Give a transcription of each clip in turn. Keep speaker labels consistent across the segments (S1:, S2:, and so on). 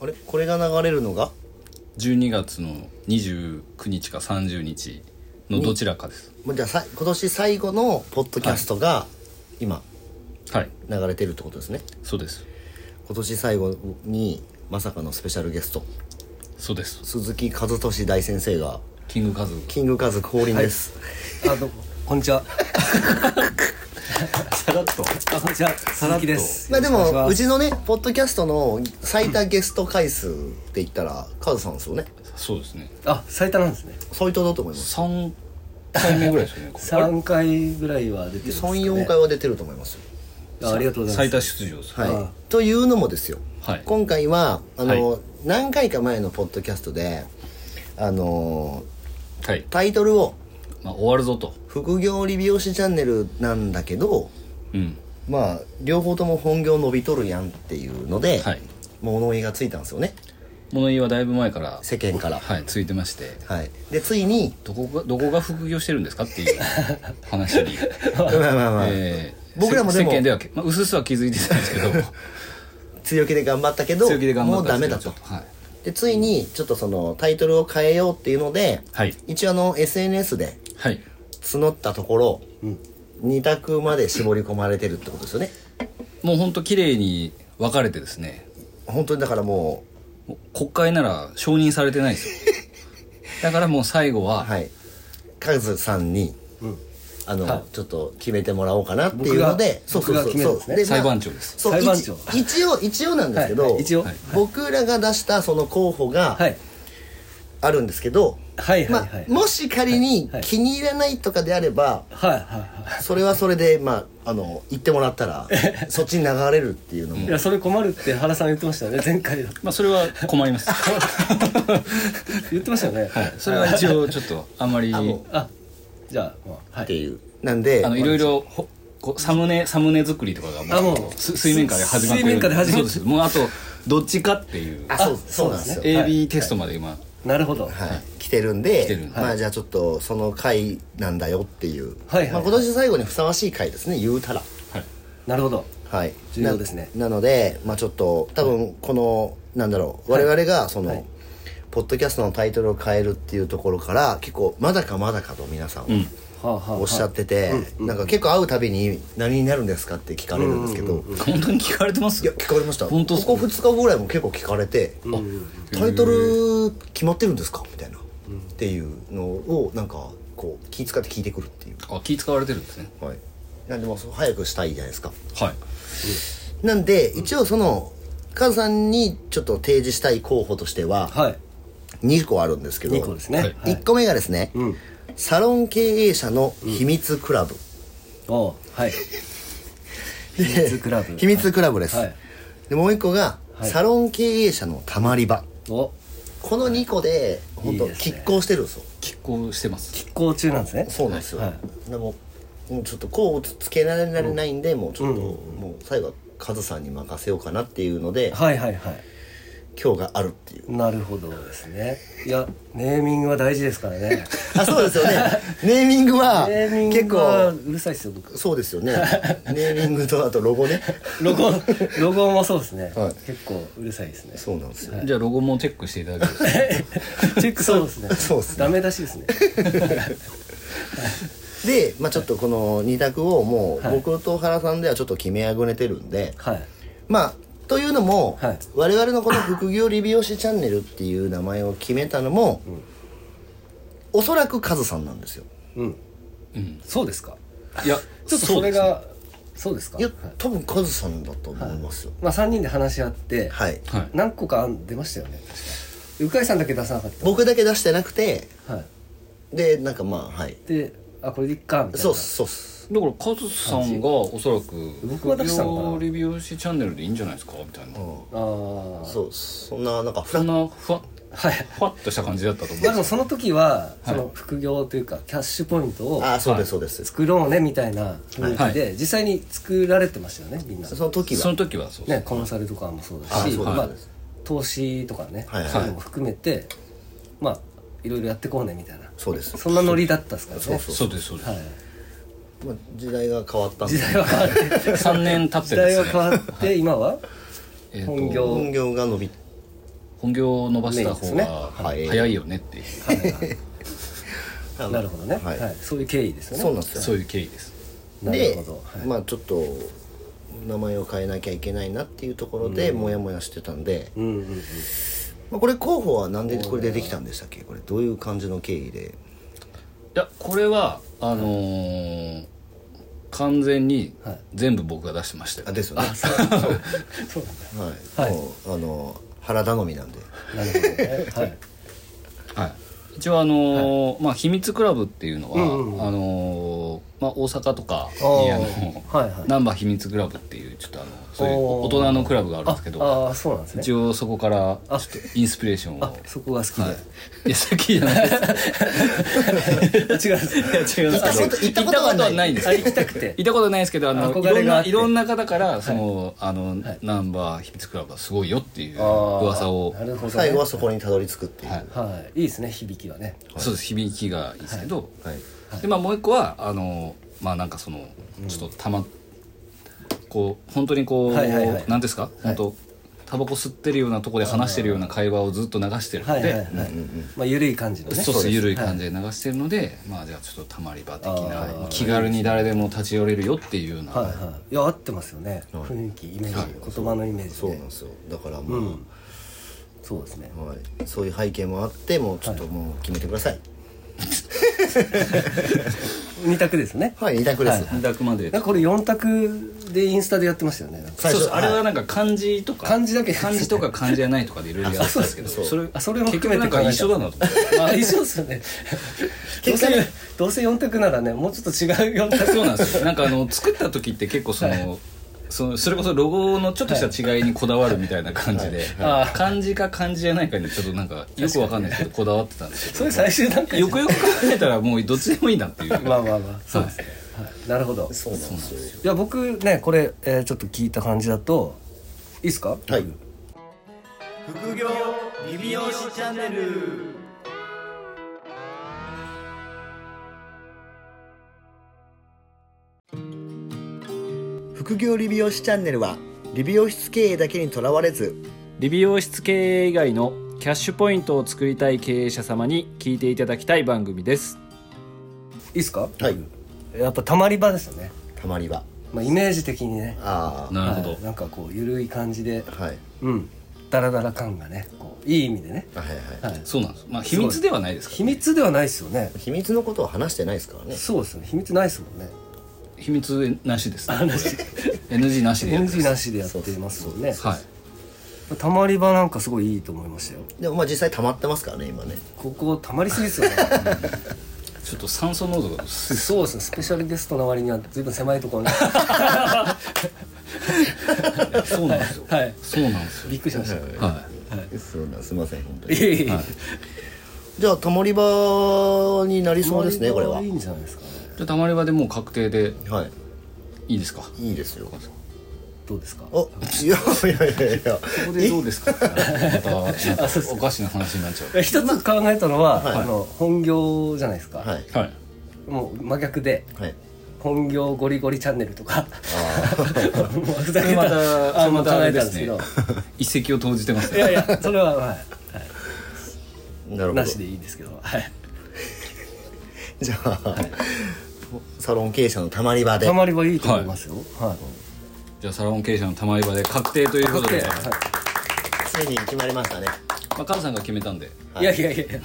S1: あれこれが流れるのが
S2: 12月の29日か30日のどちらかです
S1: もうじゃあさ今年最後のポッドキャストが今
S2: はい
S1: 流れてるってことですね、
S2: そうです
S1: 今年最後にまさかのスペシャルゲスト
S2: そうです
S1: 鈴木和俊大先生が
S2: キングカズ
S1: キングカズ降臨です、
S3: あどうもこんにちは。
S2: さらっと
S3: あこんにちは。鈴木です。
S1: まあで
S3: よろしくお
S1: も
S3: 願いうし
S1: ちのねポッドキャストの最多ゲスト回数って言ったらカズさんですよね
S2: そうですね
S3: ますあ最多なんですね。
S1: 最多だと思います
S2: 3回目ぐらいですよねこれあれ
S3: 三回ぐらいは出てるんですかね。
S1: 34回は出てると思いますよ
S3: あありがとうござ い
S2: 最
S3: ま
S2: 多
S3: す。
S2: 出場です
S1: はい、
S3: ああ
S1: というのもですよ、
S2: はい
S1: 今回はあの、
S2: はい
S1: 何回か前のポッドキャストであの
S2: はい
S1: タイトルを
S2: まあ終わるぞと
S1: 「副業理美容師チャンネル」なんだけど
S2: うん
S1: まあ両方とも本業伸びとるやんっていうので、
S2: はい
S1: 物言いがついたんですよね
S2: 物言いはだいぶ前から
S1: 世間から
S2: はいついてまして
S1: はいでつい に
S2: どこがどこが副業してるんですかって いう話に、
S1: まあまあまあ、
S2: えー
S1: 僕らもでも
S2: 世間では、まあ、薄々は気づいてたん ですけど
S1: 強気で頑張ったけど
S2: 強気で頑張
S1: も
S2: っ
S1: う
S2: た
S1: ダ
S2: ん
S1: メ
S2: で
S1: だ
S2: すけど
S1: と
S2: ちょっとはい
S1: でついにちょっとそのタイトルを変えようっていうので、
S2: はい
S1: 一応あの SNS で
S2: はい
S1: 募ったところ、二択まで絞り込まれてるってことですよね
S2: もう本当綺麗に分かれてですね
S1: 本当にだからも
S2: もう国会なら承認されてないですよだからもう最後
S1: う
S2: は、
S1: はいカズさんに
S3: うん
S1: あの、
S3: はい
S1: ちょっと決めてもらおうかなっていうので
S3: 僕が僕が決めるんですね
S1: まあ
S2: 裁判長です
S1: そう
S3: 裁判長
S1: 一一応一応なんですけど、
S3: はいはい一応
S2: はい
S1: 僕らが出したその候補
S3: は
S1: が
S3: い
S1: あるんですけど、
S3: はいはい
S1: ま
S3: はい。
S1: あ、もし仮に
S3: はいはい
S1: 気に入らないとかであれば
S3: はいはいは
S1: それはそれで、まあ、あの言ってもらった らそっちに流れるっていうの
S3: い。い
S1: も
S3: やそれ困るって原さん言ってましたよね前回は
S2: まあそれは困ります
S3: 言ってましたよね。はい
S2: それは一応ちょっとあんまりあの
S3: あじゃあまあは
S1: って
S3: い。
S1: いうなんで
S2: いろいろほこうサムネサムネ作りとかが
S3: あ
S2: もう
S3: もう
S2: す水面下で始まって
S3: 水面下で始ま
S2: そう
S3: る
S2: ですもうあとどっちかっていう
S1: あそう
S3: あ
S1: そうなんですよ
S3: そうですね
S2: AB テストまで今、
S3: なるほど。
S1: はい、来てるんで
S2: 来てるんで
S1: まあじゃあちょっとその回なんだよっていう、
S3: はいはい
S1: まあ、今年最後にふさわしい回ですね言うたら
S2: はい
S3: なるほど。
S1: はい
S3: 重要ですね
S1: ななのでまあちょっと多分この、なんだろう我々がその、
S3: はい
S1: ポッドキャストのタイトルを変えるっていうところから結構まだかまだかと皆さんは
S2: うん
S3: はあはあはあ
S1: おっしゃってて、なんか結構会うたびに「何になるんですか?」って聞かれるんですけど、い
S2: 本当に聞かれてます
S1: や聞かれました
S2: 本当っ
S1: こ
S2: す
S1: こ
S2: か
S1: 2日ぐらいも結構聞かれて「あタイトル決まってるんですか?」みたいな、っていうのをなんかこう気使って聞いてくるってい
S2: あ気使われてるんですね
S1: う、はい、なんでもうそう早くしたいじゃないですか
S2: はい
S1: なんで一応そのカズさんにちょっと提示したい候補としては
S3: はい。
S1: 2個あるんですけど
S3: 二個ですね。
S2: は
S3: はいい。
S1: 1個目がですね、
S3: うん
S1: サロン経営者の秘密クラブ、
S3: おう はい。秘密クラブ。
S1: 秘密クラブです、
S3: はい
S1: でもう一個が、
S3: はい
S1: サロン経営者のたまり場
S3: お
S1: この2個で本当
S3: いいですね
S1: 拮抗してるんですよ
S2: 拮抗してます
S3: 拮抗中なんですね。
S1: そうなんですよ、
S3: は
S1: でももうちょっとこうつけられないんで、もうちょっと、もう最後はカズさんに任せようかなっていうので
S3: はいはいはい。
S1: 今日があるっていう
S3: なるほどですねいやネーミングは大事ですか らね
S1: あそうですよ ねネーミングは
S3: ネーミン
S1: 結
S3: グは
S1: 構
S3: うるさいですよ僕
S1: そうですよねネーミングとあとロゴね
S3: ロゴロゴもそうですね、
S1: はい
S3: 結構うるさいです ね
S1: そうなんですよ、
S2: じゃあロゴもチェックしていただける
S3: チェックそうですね
S1: そうっすね
S3: ダメ出しですね
S1: で、まあ、ちょっとこの2択をもう
S3: はい
S1: 僕と原さんではちょっと決めあぐねてるんで、
S3: はい
S1: まあというのも、
S3: はい
S1: 我々のこの副業理美容師チャンネルっていう名前を決めたのも、おそらくカズさんなんですよ
S3: うん、そうですか
S2: いや
S3: ちょっ
S2: そ
S3: とそう
S2: で
S3: れ
S2: すね
S3: がそうですか
S1: いや
S3: はい
S1: 多分カズさんだと思いますよ
S3: まあ3人で話し合って、
S1: はい、
S2: はい
S3: 何個か案出ましたよね確か鵜飼さんだけ出さなかっ
S1: 僕だけ出してなくて
S3: た、はい、
S1: でなんかまあはい
S3: であこれでいっかみたいな
S1: そうっすそうっす
S2: だからカズさんがおそらく
S3: 僕が出したのかな
S2: 料理美容師チャンネルでいいんじゃないですかみたいな、
S3: あー
S1: そうそんななんかフ
S2: そ
S1: ラ
S2: んなふわっ
S3: はい
S2: ふわっとした感じだったと思うん
S3: まあ
S2: で
S3: ですも
S2: よ
S3: その時はその副業というかキャッシュポイントを
S1: ああそうですそうです、
S3: 作ろうねみたいな雰囲気
S2: は
S3: で実際に作られてましたよねみんな、
S1: その時は
S2: その時はそうです、
S3: ね、コンサルとかもそうだ
S1: あ
S3: し
S1: そうです
S3: ま
S1: そう
S3: あ
S1: です、
S3: 投資とかね、
S1: はいはい
S3: そういうのも含めてまあいろいろやってこうねみたいな
S1: そうです
S3: そんなノリだったですからね
S1: そうそう
S2: そうですそうです、
S3: はい、
S1: まあ、時代が変わったんで
S3: 時代は変わって
S2: 3年経っ
S3: 時
S2: てで
S3: 代
S2: す
S3: は
S2: ね
S3: 変わって今は
S2: えーと
S3: 本業
S1: 本業が伸び
S2: 本業を伸ばした方
S3: ね
S2: が
S1: はい
S2: 早いよねっていう、
S3: なるほどね、
S1: は
S3: はいいそういう経緯ですよね
S1: そうなんですよ
S2: そういう経緯です
S3: なる
S1: で
S3: ほど、はい
S1: まあちょっと名前を変えなきゃいけないなっていうところでモヤモヤしてたんで、
S3: うんうんうん
S1: まあ、これ候補はなんでこれ出てきたんでしたっけこれどういう感じの経緯で
S2: いやこれはあのー完全に
S3: はい
S2: 全部僕が出してましたよ、
S1: あですよね
S3: そうなん
S1: はい、
S3: はい
S1: もうあの腹頼みなんで
S3: だなるほどねはい
S2: はい、一応あのーまあ秘密クラブっていうのは、
S3: うんうんうん
S2: あのーまあ大阪とかに
S3: あー
S2: あの、
S3: はいはい
S2: ナンバー秘密クラブっていうちょっとあのそういう
S3: おー
S2: 大人のクラブがあるんですけど
S3: ああーそうなんですね
S2: 一応そこからちょ
S3: あ
S2: っとインスピレーションを
S3: あそこが好きで、
S2: はいいやさっきじゃない です
S3: 違うんです
S2: 違う
S1: 行ったこと行ったことはない
S2: んです
S3: あ行きたくて
S2: 行ったことないですけどあのい
S3: 憧
S2: ろ
S3: れ
S2: ん
S3: があっ
S2: な
S3: て
S2: いろんな方からその、あの、
S3: はい
S2: ナンバー秘密クラブはすごいよっていう
S3: あー
S2: 噂を
S3: なるほどね、
S1: 最後はそこにたどり着くっていう、
S2: はい
S3: はいいいですね響きはね
S2: そうです響きがいいですけど、
S1: はい
S2: でまあもう一個はあのまあなんかそのちょっとたま、こう本当にこう、
S3: はいはいはい
S2: なんですか本当、タバコ吸ってるようなとこで話してるような会話をずっと流してるので、
S3: はいはいはい、まあ緩い感じのね
S2: そうです緩い感
S3: じ、
S2: じで流してるので、まあじゃあちょっとたまり場的
S3: あー
S2: な気軽に誰でも立ち寄れるよっていうような、
S3: はいはいはいいや合ってますよね、雰囲気イメージ、言葉のイメージで
S1: そうなんですよだからまあ、
S3: うんそうですね
S1: はい、そういう背景もあってもうちょっともう決めてください
S3: 二択ですね
S1: はい、二択です、
S2: 二択まで
S3: なんかこれ四択でインスタでやってましたよねなんか
S1: 最初
S2: そうそうあ
S1: はい
S2: れはなんか漢字とか
S3: 漢字だけ
S2: 漢字 とか漢字じゃないとかでいろいろやってたんですけど
S1: そう
S2: それ
S3: あそれも
S2: 結
S3: 含
S2: 局
S3: め
S2: な
S3: て
S2: ん
S3: 考え
S2: か
S3: た
S2: 一緒だなと思って
S3: まあ一緒ですよねどう
S1: 結
S3: せ
S1: 果ね
S3: どうせ四択ならねもうちょっと違う四択
S2: そうなんですよなんかあの作った時って結構その,、そのそれこそロゴのちょっとした違いにこだわるみたいな感じで、
S3: はいはい
S2: 漢字か漢字じゃないかにちょっとなんかよくわかんないですけどこだわってたんですけ
S3: それ最終段
S2: ど
S3: 階
S2: よくよく考えたらもうどっちでもいいなっていう
S3: まあまあまあそうですね、はい、なるほど
S1: そうなんですよ
S3: いや僕ねこれ、えーちょっと聞いた感じだといいですか
S1: はい副業理美容師チャンネル副業理美容師チャンネルは理美容室経営だけにとらわれず
S4: 理美容室経営以外のキャッシュポイントを作りたい経営者様に聞いていただきたい番組です
S3: いいですか
S1: はい
S3: やっぱたまり場ですよね、
S1: たまりは
S3: まあ、イメージ的にね
S1: ああ
S2: なるほど、
S3: はいなんかこうゆるい感じで
S1: はい
S3: うんダラダラ感がねこういい意味でね、
S1: あはいはい、
S3: はい、
S2: そうなんですまあ秘密ではないですか
S3: 秘密ではないですよね
S1: 秘密のことを話してないですからね
S3: そうですね秘密ないですもんね
S2: ら秘密なしです、ね、NG なしでやってま
S3: NG
S2: す
S3: なしでやってますもんね
S2: はい
S3: たまり場なんかすごいいいと思いましたよ
S1: でもまあ実際たまってますからね今ね
S3: ここたまりすぎ ですよね
S2: ちょっと酸素濃度が
S3: うんそうですねスペシャルゲストの割には随分狭いところに
S2: そうなんですよ
S3: はい
S2: そうなんですよ
S3: びっくりしました
S2: は
S1: そうなんすいません本当
S3: い
S1: に
S3: えいえ
S1: じゃあたまり場になりそうですねこれはい
S3: いんじゃないですかね
S2: いじゃあたまり場でもう確定で
S1: はい
S2: いいですか
S1: いいですよ
S3: どうですか
S1: おいやいやいやいや
S2: ここでどうです かまたなんかおかしな話になっちゃう
S3: 一つ考えたのは、
S1: はい
S3: あの本業じゃないですか、
S1: はい
S2: はい
S3: もう真逆で
S1: はい
S3: 本業ゴリゴリチャンネルとかもうふ ざけ
S2: ま
S3: た
S2: た
S3: そ
S2: あ
S3: れも
S2: ま
S3: 考
S2: たあ
S3: え
S2: れで
S3: たんです
S2: す
S3: け
S2: ね
S3: ど、
S2: 一石を投じてます
S3: い
S2: ね
S3: やいやそれは、はい
S1: なるほど
S3: なしでいいんですけど、はい、
S1: じゃあ、サロン経営者のたまり場で
S3: たまりはいいと思いますよはい、
S2: じゃあサロン経営者のたまり場で確定ということで
S3: は
S1: ついに決まりましたね
S2: まあカズさんが決めたんで
S3: い、いやいやいやいや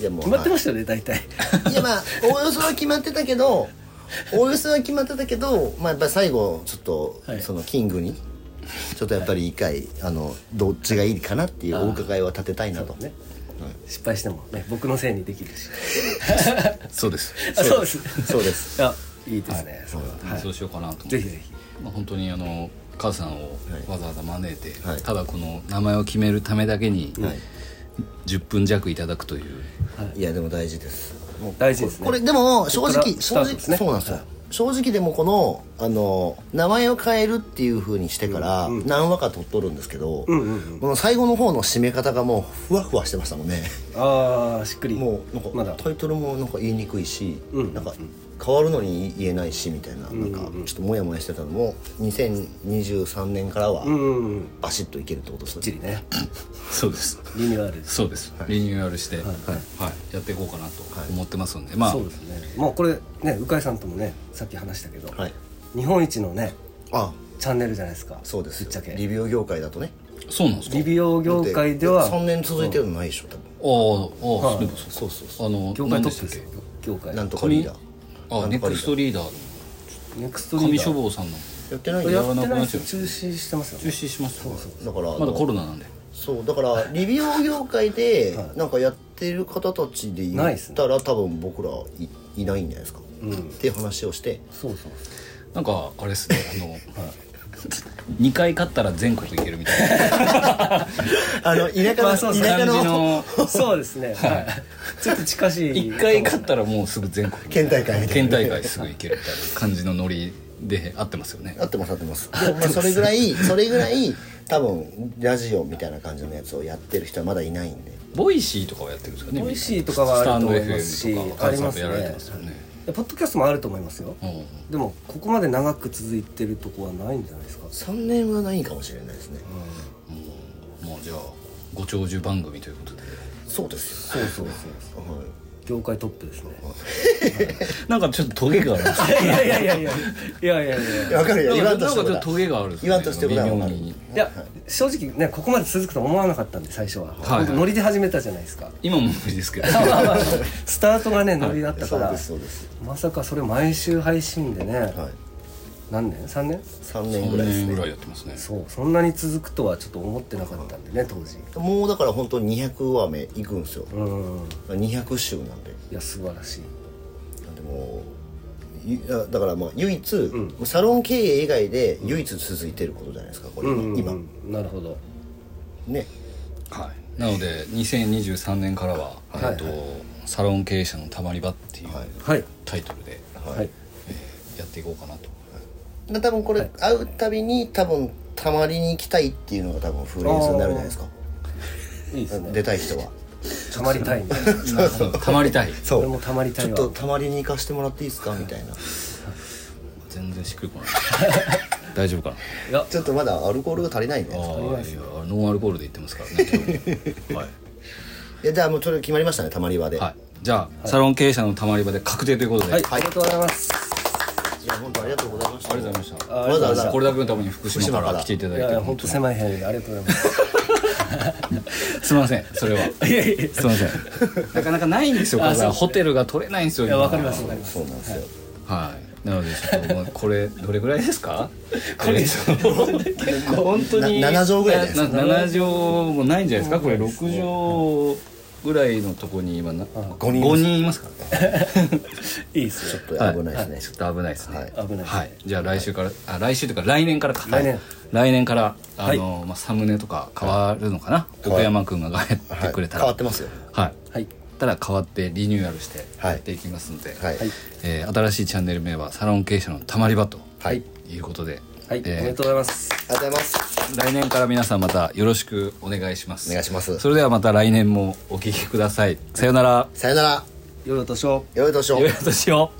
S1: いやもう
S3: 決まってま
S1: し
S3: したよね大体
S1: た、はい、いやまあおおよそは決まってたけどおおよそは決まってたけどまあやっぱり最後ちょっと、
S3: はい
S1: そのキングにちょっとやっぱり一回、あのどっちがいいかなっていうお伺いは立てたいなと
S3: ね失敗しても、ね、僕のせいにできるし
S2: そうです
S3: あそうです
S1: そうです
S3: いやいいですね、それははい
S2: そうしようかなと思って
S3: ぜひぜひ
S2: まあ本当にあのカズさん
S1: は
S2: を
S1: い
S2: わざわざ招いて、
S1: はい
S2: ただこの名前を決めるためだけに、
S1: はい
S2: 10分弱いただくという
S1: いやでも大事ですもう
S3: 大事ですね
S1: これでも正
S3: ここか
S1: 直
S3: らス
S1: 正
S3: ター
S1: 直
S3: トですね
S1: そうなんですよ、正直でもこのあの名前を変えるっていう風にしてから何話か取っとるんですけど、この最後の方の締め方がもうふわふわしてましたもんね
S3: ああしっくり
S1: もうなんか、
S3: まだ
S1: タイトルもなんか言いにくいし、なんか変わるのに言えないしみたいななんかちょっとモヤモヤしてたのも2023年からは
S3: うん
S1: バシッといけるってことです
S3: きっちりね
S2: そうです
S3: リニューアル
S2: そうです、リニューアルして、はいやっていこうかなと思ってますんで、まあ
S3: そうですねもうこれね鵜飼さんともねさっき話したけど、
S1: はい
S3: 日本一のね
S1: あ
S3: チャンネルじゃないですか
S1: そうですよ
S3: ぶっちゃけ
S1: リビオ業界だとね
S2: そうなんですか
S3: リビオ業界では
S1: 3年続いてるのないでしょ多
S2: ああ、ああ、
S3: はい
S2: そうです
S1: そうそうそ
S2: あの
S3: 業界トップですよ業界
S1: 分なんとか
S2: 紙
S1: リーダー
S2: あネクストリーダー
S3: ネクスト
S2: の紙
S3: リーダ
S2: 書
S3: ー
S2: 房さんの
S1: やってないんだ
S3: や
S1: よ
S2: やら
S3: っ
S2: な
S3: て
S2: く
S3: な
S2: な
S3: いで
S2: っち
S3: す
S2: ゃう
S3: 中止してますよ
S2: 中
S3: ね
S2: 止します
S1: だから
S2: まだコロナなんで
S1: そうだからリビオ業界でなんかやってる方たちで言
S3: な
S1: っ
S3: いっすね
S1: たら多分僕らいいないんじゃないですか、っていう話をして
S3: そうそう
S2: なんかあれですねあの2回勝ったら全国行けるみたいな
S1: あの田舎 の
S3: まあ
S1: 田
S3: そうそう
S1: 舎
S2: 感じ
S1: の
S2: の
S3: そうですね、はい、ちょっと近しい
S2: 1回勝ったらもうすぐ全国
S1: 県大会みたい
S2: 県
S1: な
S2: 大会すぐ行けるみたいな感じのノリで合ってますよね
S1: 合ってます合ってますでもまあそれぐらいそれぐらい多分ラジオみたいな感じのやつをやってる人はまだいないんで
S2: ボイシーとかはやってるんですかね
S3: ボイシーとかはあると思いますし
S2: スタンド FM とか
S3: ありますね
S2: やられてますよね
S3: でポッドキャストもあると思いますよ、
S2: うん
S3: でもここまで長く続いてるとこはないんじゃないですか
S1: 3年はないかもしれないですね、
S2: もうじゃあご長寿番組ということで
S1: そうです
S3: そうそうそうそう
S1: よ、はい
S3: 業界トップですね
S2: なんかちょっとトゲがある
S3: いやいやいやいやいやいやいやい
S1: いや、
S3: や
S1: わかるよ言わ
S2: なん
S1: んと
S2: か
S1: し
S2: ち
S1: て
S2: ょ
S1: ること
S2: っとトゲがあるんです
S1: 言わんとしてることはわかる
S2: 微妙に
S3: いや正直ねここまで続くとは思わなかったんで最初は、
S2: はい
S3: 僕ノリで始めたじゃないですか
S2: 今も無理ですけど
S3: まあまあスタートがねノリだったか
S1: そう
S3: ら、
S1: ですそうです
S3: まさかそれ毎週配信でね、
S1: はい
S3: 何年3年
S1: 3年ぐ
S2: 3
S1: らいです
S2: 年
S1: ね
S2: ぐらいやってますね
S3: そうそんなに続くとはちょっと思ってなかったんでね当時
S1: もうだから本当に200話目いくんですよ
S3: うん
S1: 200週なんで
S3: いや素晴らしい
S1: なんでもういやだからまあ唯一、サロン経営以外で唯一続いてることじゃないですかこれ、今
S3: なるほど
S1: ね
S2: はいなので2023年からは、
S3: は
S2: え
S3: い
S2: っとサロン経営者のたまり場っていう
S1: はい
S3: はい
S2: タイトルで、
S3: はい、
S2: やっていこうかなと、
S1: で多分これ会うたびに多分たまりに行きたいっていうのが多分フレーズになるじゃないですか
S3: い、いですね
S1: 出たい人は
S3: たまりたいね
S2: なるほど たまりたい
S1: そ
S3: 俺もたまりたい
S1: ちょ
S3: わ
S1: っとたまりに行かしてもらっていいですかみたいな
S2: 全然しっくり こない大丈夫かない
S3: や
S1: ちょっとまだアルコールが足りないね
S2: ああいやノンアルコールで言ってますからねはい
S1: いやじゃあもうそれ決まりましたねたまり場で、
S2: はい、じゃあ、サロン経営者のたまり場で確定ということで、
S3: はい、
S2: あ
S3: ありがとうございます
S1: い、や本当ありがとうございました
S2: りがとうございました
S1: わざわざ
S2: これだけのために福島
S1: 福島
S2: か
S1: からら
S2: 来ていただ
S3: い
S2: い
S3: やい
S2: て
S3: や本当狭い部屋でありがとうございます
S2: すみませんそれはい
S3: やいやい
S2: すみません なかなかないんですよこれがホテルが取れないんですよ
S3: や
S2: 今
S3: わかりますわかります
S1: そうなんですよ、
S2: はいなのでちょっともうこれどれぐらいですかこれ本当に
S1: な7畳ぐらいじゃない
S2: なな7畳もないんじゃないですかこれ6畳ぐらいのとこに今な
S1: 五人います
S2: 五人いますからね
S3: いいですよ
S1: ちょっと危ないで
S2: ち
S1: すね、
S2: ょっと危ないですね。
S1: はい
S3: 危ないですね
S2: はい。じゃあ来週から、あ来週というか来年からか。
S3: 来年
S2: はい来年からあの、まあサムネとか変わるのかな。奥山くんが帰ってくれたら。
S1: はい変わってますよ。
S2: はい。
S3: はい
S2: ただ変わってリニューアルして
S1: はい
S2: やっていきますので、
S1: はい、
S2: えー新しいチャンネル名はサロン経営者のたまり場と
S1: はい
S2: いうことで、
S3: はい、おめで
S2: え
S3: とうございます
S1: ありがとうございます
S2: ー来年から皆さんまたよろしくお願いします。
S1: お願いします
S2: それではまた来年もお聞きください。さよなら。
S1: さよなら
S3: 良いお年を
S1: よいしょ
S2: よいお年を。